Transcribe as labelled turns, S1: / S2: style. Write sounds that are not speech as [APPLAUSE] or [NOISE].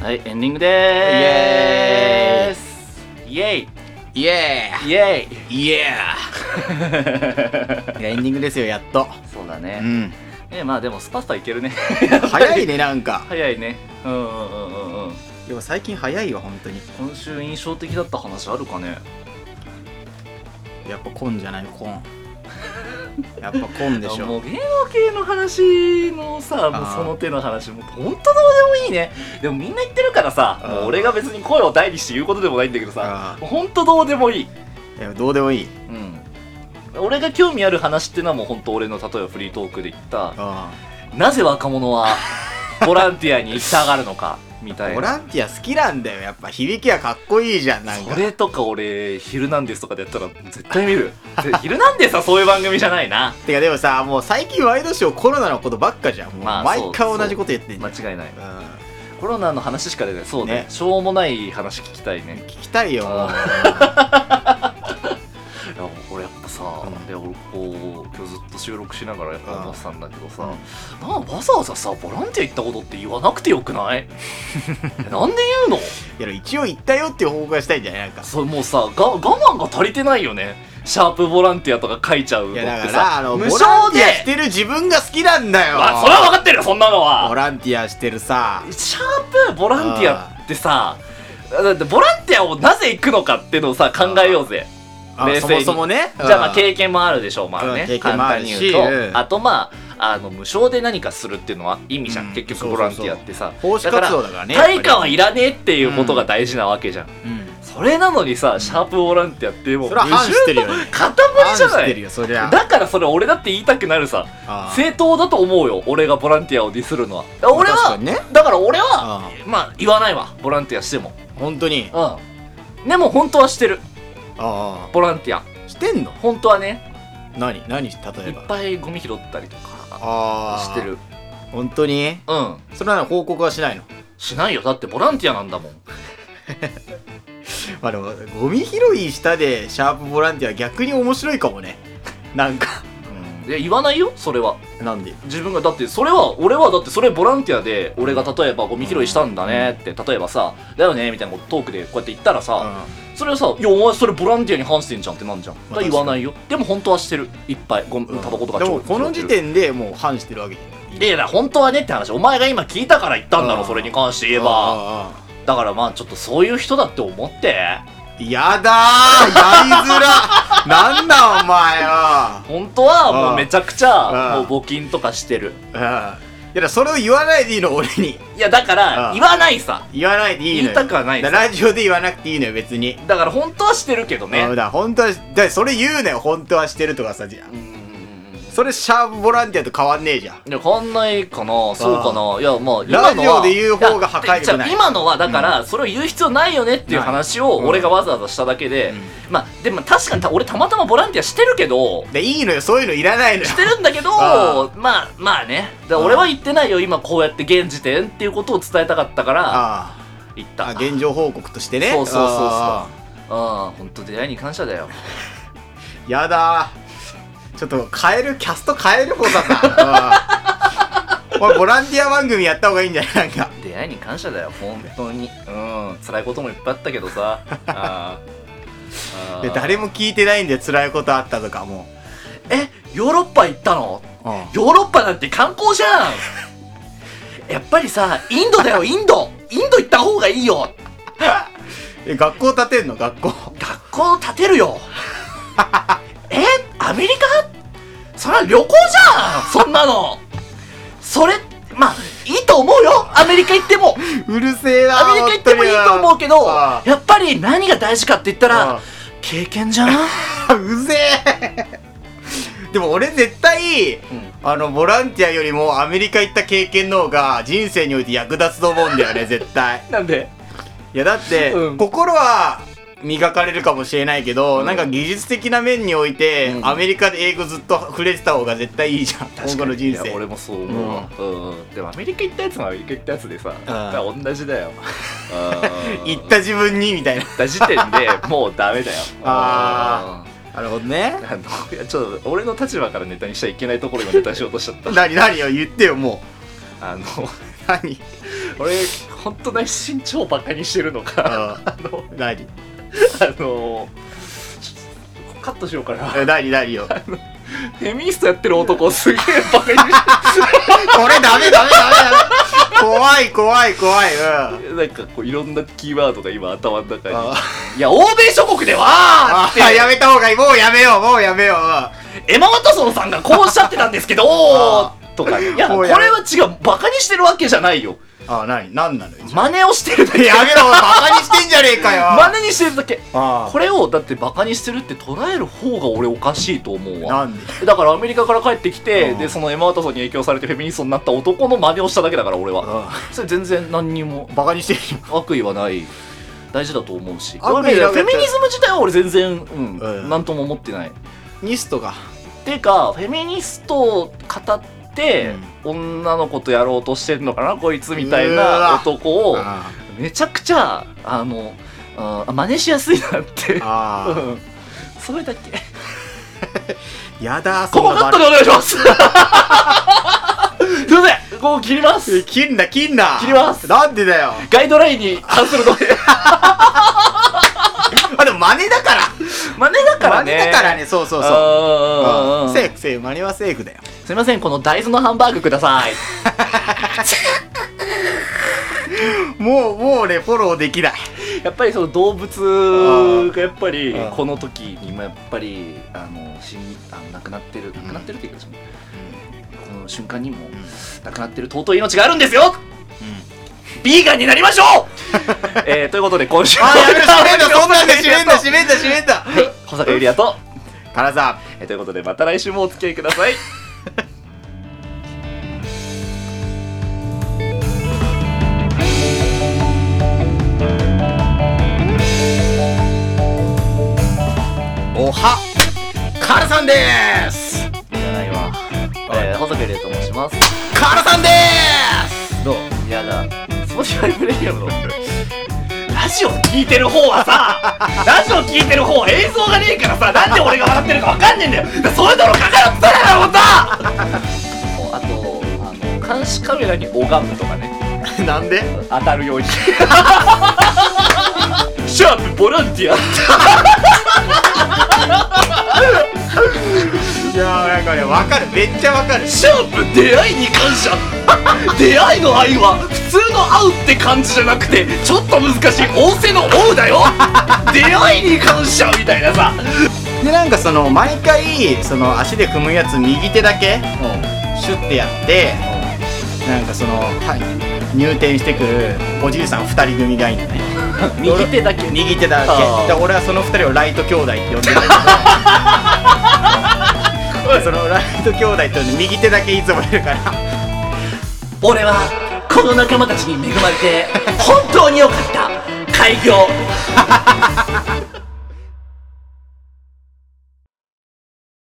S1: はい、エンディングでーすイエイイ
S2: イエ
S1: エ
S2: [LAUGHS] ーイイエーいやエンディングですよやっと
S1: イそうだ
S2: う
S1: ね、
S2: ん
S1: えまあでもスパスパいけるね [LAUGHS]
S2: 早いねなんか
S1: 早いねうんうんうんうんうん
S2: でも最近早いわ本当に
S1: 今週印象的だった話あるかね
S2: やっぱコンじゃない
S1: [LAUGHS]
S2: コンやっぱコンでし
S1: あも
S2: ょ
S1: う芸能系の話のさもう
S2: あー
S1: その手の話もうほんとどうでもいいねでもみんな言ってるからさ
S2: あー
S1: もう俺が別に声を大にして言うことでもないんだけどさ
S2: あー
S1: ほんとどうでもいい
S2: いやどうでもいい
S1: うん俺が興味ある話ってのはもう本当俺の例えばフリートークで言った
S2: あ
S1: なぜ若者はボランティアに行きたがるの
S2: [LAUGHS]
S1: かみた
S2: あ
S1: い
S2: ボ
S1: な
S2: ランティア好きなんだよやっぱ響きはかっこいいじゃんなんか
S1: それとか俺「ヒルナンデス」とかでやったら絶対見
S2: [LAUGHS]
S1: る「ぜヒルナンデス」はそういう番組じゃないな
S2: てかでもさもう最近ワイドショーコロナのことばっかじゃんもう
S1: まあ
S2: 毎
S1: そ
S2: 回
S1: う
S2: 同じこと言ってんじゃ
S1: 間違
S2: ん
S1: いない
S2: うん
S1: コロナの話しか出ないそうね
S2: ね
S1: しょうもない話聞きたいね
S2: 聞きたい
S1: [LAUGHS]
S2: よもう
S1: いやもうこれやっぱさ、
S2: うん
S1: いや俺こう今日ずっと収録しながらやっぱ思ってたんだけどさ、
S2: うん
S1: なんかわざわざさボランティア行ったことって言わなくてよくない
S2: [LAUGHS]
S1: えなんで言うの
S2: いや一応言ったよっていう報告がしたいんじゃないなんか
S1: それもうさが我慢が足りてないよねシャープボランティアとか書いちゃうのっ
S2: い
S1: て
S2: やだか
S1: さ
S2: らあのボ
S1: 無償
S2: ランティアし
S1: で
S2: てる自分が好きなんだよ
S1: あそれは分かってるよそんなのは
S2: ボランティアしてるさ
S1: シャープボランティアってさだってボランティアをなぜ行くのかっていうのをさ考えようぜ
S2: あ
S1: 冷
S2: そ
S1: 静に
S2: もそもね
S1: じゃあまあ
S2: うん
S1: 経験もあるでしょうまあね、
S2: うん経験
S1: 簡
S2: もあ
S1: 単
S2: る
S1: に言
S2: し
S1: うと、
S2: うん
S1: あとまああの無償で何かするっていうのは意味じゃん、
S2: うん
S1: 結局
S2: そう
S1: ボ
S2: そうそ
S1: ランテ
S2: う
S1: ィアってさ
S2: 奉仕活動だからね、
S1: だから対価はいらねえっていうことが大事なわけじゃん、
S2: うん
S1: それなのにさシャープボランティアってもう
S2: それは反してるよね
S1: 無償の塊じゃ
S2: 反
S1: な
S2: してる
S1: い
S2: よそりゃ
S1: だからそれ俺だって言いたくなるさ
S2: あー
S1: 正当だと思うよ俺がボランティアをディスるのは俺
S2: 確か
S1: は
S2: にね
S1: だから俺は
S2: あ
S1: まあ言わないわボランティアしても
S2: ー本当に
S1: うんでも本当はしてる
S2: あ
S1: ボランティア
S2: あしてんの
S1: 本当はね
S2: 何何例
S1: い
S2: え
S1: っ
S2: ば
S1: ぱいゴミ拾ったりとか
S2: あ
S1: してる
S2: 本当に
S1: うん
S2: それなら報告はしないの
S1: しないよだってボランティアなんだもん
S2: まあでもゴミ拾いしたでシャープボランティア逆に面白いかもねなんか
S1: いや言わないよそれは
S2: なんで
S1: 自分がだってそれは俺はだってそれボランティアで俺が例えばゴミ拾いしたんだねって例えばさだよねみたいなことトークでこうやって言ったら
S2: うん
S1: さそれはさ「いやお前それボランティアに反してんじゃん」ってなんじゃんだ
S2: まあ
S1: から言わないよでも本当はしてるいっぱいゴミ
S2: うん
S1: タバコとか
S2: で
S1: ちょ
S2: も
S1: いちょい
S2: この
S1: 拾
S2: 時
S1: ってる
S2: 点でもう反してるわけじゃん
S1: いやいや本当はねって話お前が今聞いたから言ったんだろ
S2: あー
S1: それに関して言えば
S2: あ
S1: だからまあちょっとそういう人だって思って
S2: ーあーやだーやり
S1: [LAUGHS]
S2: づらなんだお前は
S1: 本当はも
S2: あ
S1: う
S2: ー
S1: めちゃくちゃ
S2: あ
S1: も
S2: ー
S1: う募金とかしてる
S2: うんいやだからそれを言わないでいいの俺に
S1: いやだか
S2: あ
S1: ら
S2: ー
S1: 言わないさ
S2: 言わないでいいのよ
S1: 言いたくはないで
S2: だ
S1: す
S2: からラジオで言わなくていいのよ別に
S1: だから本当はしてるけど
S2: あだか
S1: ね
S2: ら本当はだからそれ言うなよ本当はしてるとかさじゃあ
S1: うんうんうんうん
S2: それシャープボランティアと変わんねえじゃん
S1: いや変わんないかなそうかないやまあ
S2: ラ
S1: 今
S2: ジ
S1: のは
S2: オで言う方が破壊
S1: じ
S2: 力
S1: ゃ
S2: ない
S1: 今のはだから、それを言う必要ないよねっていう話を
S2: ない
S1: 俺がわざわざしただけで、まあでも確かにた俺たまたまボランティアしてるけど
S2: でいいのよそういうのいらないのよ
S1: してるんだけど
S2: あ
S1: まあまあねだから
S2: あ
S1: 俺は言ってないよ今こうやって現時点っていうことを伝えたかったから
S2: あ
S1: 言っ
S2: あ
S1: た
S2: あ現状報告としてね
S1: そうそうそうそう
S2: あ
S1: うん本当出会いに感謝だよ
S2: あやだちょっと変えるキャスト変える方ださ
S1: [LAUGHS]
S2: うんお前ボランティア番組やった方がいいんじゃないなんか
S1: 出会いに感謝だよ本当にうん辛いこともいっぱいあったけど
S2: [LAUGHS]
S1: さあーあ
S2: で
S1: ー
S2: 誰も聞いてないんで辛いことあったとかも
S1: えヨーロッパ行ったの
S2: う、うん
S1: ヨーロッパなんて観光じゃん [LAUGHS] やっぱりさインドだよインドインド行った方がいいよ
S2: え学校建てんの学校 [LAUGHS]
S1: 学校建てるよ [LAUGHS] えアメリカそりゃ旅行じゃんそんなのそれまあいいと思うよアメリカ行って [LAUGHS] も
S2: うるせえな
S1: アメリカ行ってもいいと思うけど
S2: あ
S1: やっぱり何が大事かって言った
S2: あ
S1: ら経験じゃな
S2: あ [LAUGHS] うぜえでも俺絶対あのボランティアよりもアメリカ行った経験の方が人生において役立つと思うんだよ
S1: [LAUGHS]
S2: ね絶対
S1: [LAUGHS] なんで
S2: いやだって、
S1: うん
S2: 心は磨かれるかもしれないけど、
S1: うん
S2: なんか技術的な面において、
S1: うん
S2: アメリカで英語ずっと触れてた方が絶対いいじゃん今後の人
S1: いや
S2: 生
S1: 俺もそう思うわ、うんでもアメリカ行ったやつもアメリカ行ったやつでさ、だから同じ [LAUGHS] だようん
S2: 行った自分にみたいな
S1: 行った時点でもうダメだよ
S2: あ
S1: うん
S2: なるほどね
S1: あのいやちょっと俺の立場からネタにしちゃいけないところ今ネタにしようとしちゃっ [LAUGHS] た
S2: 何何よ言ってよも
S1: あの
S2: う何
S1: 俺本当内心超バカにしてるのか
S2: [LAUGHS] あ
S1: あの
S2: [LAUGHS] 何
S1: あのちょっとカットしようかな
S2: え何何 [LAUGHS] よ
S1: フェミニストやってる男をすげえバカにして
S2: これダメダメダメダメ [LAUGHS] 怖い怖い怖いうん
S1: [LAUGHS] るなんかこういろんなキーワードが今頭の中に
S2: あ
S1: いや欧米諸国では
S2: あ
S1: っ
S2: あや
S1: て
S2: めた方がいいもうやめようもうやめようう
S1: エマ・ワトソンさんがこうおっしゃってたんですけど
S2: [LAUGHS] あ
S1: とかねいや
S2: も
S1: こ
S2: う
S1: れ
S2: やめ
S1: は違うバカにしてるわけじゃないよ
S2: んあ何何なのよじゃ
S1: 真似をしてるだ
S2: あ
S1: け
S2: [LAUGHS] やめろバカにしてんじゃねえか [LAUGHS] よ
S1: 真似にしてるだけ
S2: あ
S1: これをだってバカにしてるって捉える方が俺おかしいと思うわ
S2: なんで
S1: だからアメリカから帰ってきて
S2: うん
S1: でそのエマ・ワトソンに影響されてフェミニストになった男の真似をしただけだから俺は
S2: う
S1: それ全然何にも
S2: んバカにしてるよ
S1: 悪意はない大事だと思うし
S2: 悪意な
S1: 俺ね
S2: かっ
S1: フ
S2: た
S1: ェミニズム自体は俺全然、うん
S2: うん
S1: なんとも思ってない
S2: ニストが
S1: ていうかフェミニストを語って、女の子とやろうとしてるのかなこいつみたいう
S2: わ
S1: な男を
S2: あ
S1: めちゃくちゃあのあ真似しやすいなって
S2: あ
S1: うんそれだけ
S2: やだ
S1: ここカットでお願いし [LAUGHS] ますすいませんここ切ります
S2: 切んな切んな
S1: 切ります
S2: なんでだよ
S1: ガイドラインに関するので
S2: [LAUGHS] あでも真似だから
S1: 真似だからね
S2: 真似だからねそうそうそう
S1: そう
S2: うんセーフセーフ真似はセーフだよ
S1: すいません、この大豆のハンバーグください。
S2: もうもうねフォローできない
S1: やっぱりその動物がやっぱり
S2: あー
S1: この時にもやっぱりあの死にあの亡くなってる亡くなってるって言うかそのこの瞬間にも亡くなってる尊い命があるんですよ。ビーガンになりましょう。
S2: [LAUGHS]
S1: えーということで今週
S2: あやめろ閉
S1: [LAUGHS]
S2: めんだそんなんで閉めんだ
S1: は
S2: 閉めんだ閉めんだ
S1: い、小坂ゆりやと、
S2: からさ
S1: えーということでまた来週もお付き合いください。
S2: おはからさんです
S1: いらないわ。えー、細木玲と申します。
S2: からさんです
S1: どういやだ。スポティファイプレミアムの。ラジオ聞いてる方は [LAUGHS] さ、ラジオ聞いてる方は映像がねえからさ、なんで俺が笑ってるかわかんねえんだよ。だからそういうところかかるっつったらほんとあと、あの、監視カメラに拝むとかね、
S2: なんで
S1: 当たるように。 [LAUGHS] シャープボランティア
S2: いやーなんかねわかるめっちゃわかる
S1: シャープ出会いに感謝 [LAUGHS] 出会いの愛は普通の会うって感じじゃなくてちょっと難しい仰せの「おう」だよ [LAUGHS] 出会いに感謝みたいなさ
S2: でなんかその毎回その足で踏むやつ右手だけシュッてやってなんかその、はい、入店してくるおじいさん2人組がいいのね
S1: 右手だけ
S2: 右手だ
S1: あー
S2: けで俺はその2人をライト兄弟って呼ん
S1: [LAUGHS]
S2: でるんだけどそのライト兄弟って呼んで右手だけいつもいるから
S1: 俺はこの仲間たちに恵まれて本当に良かった開業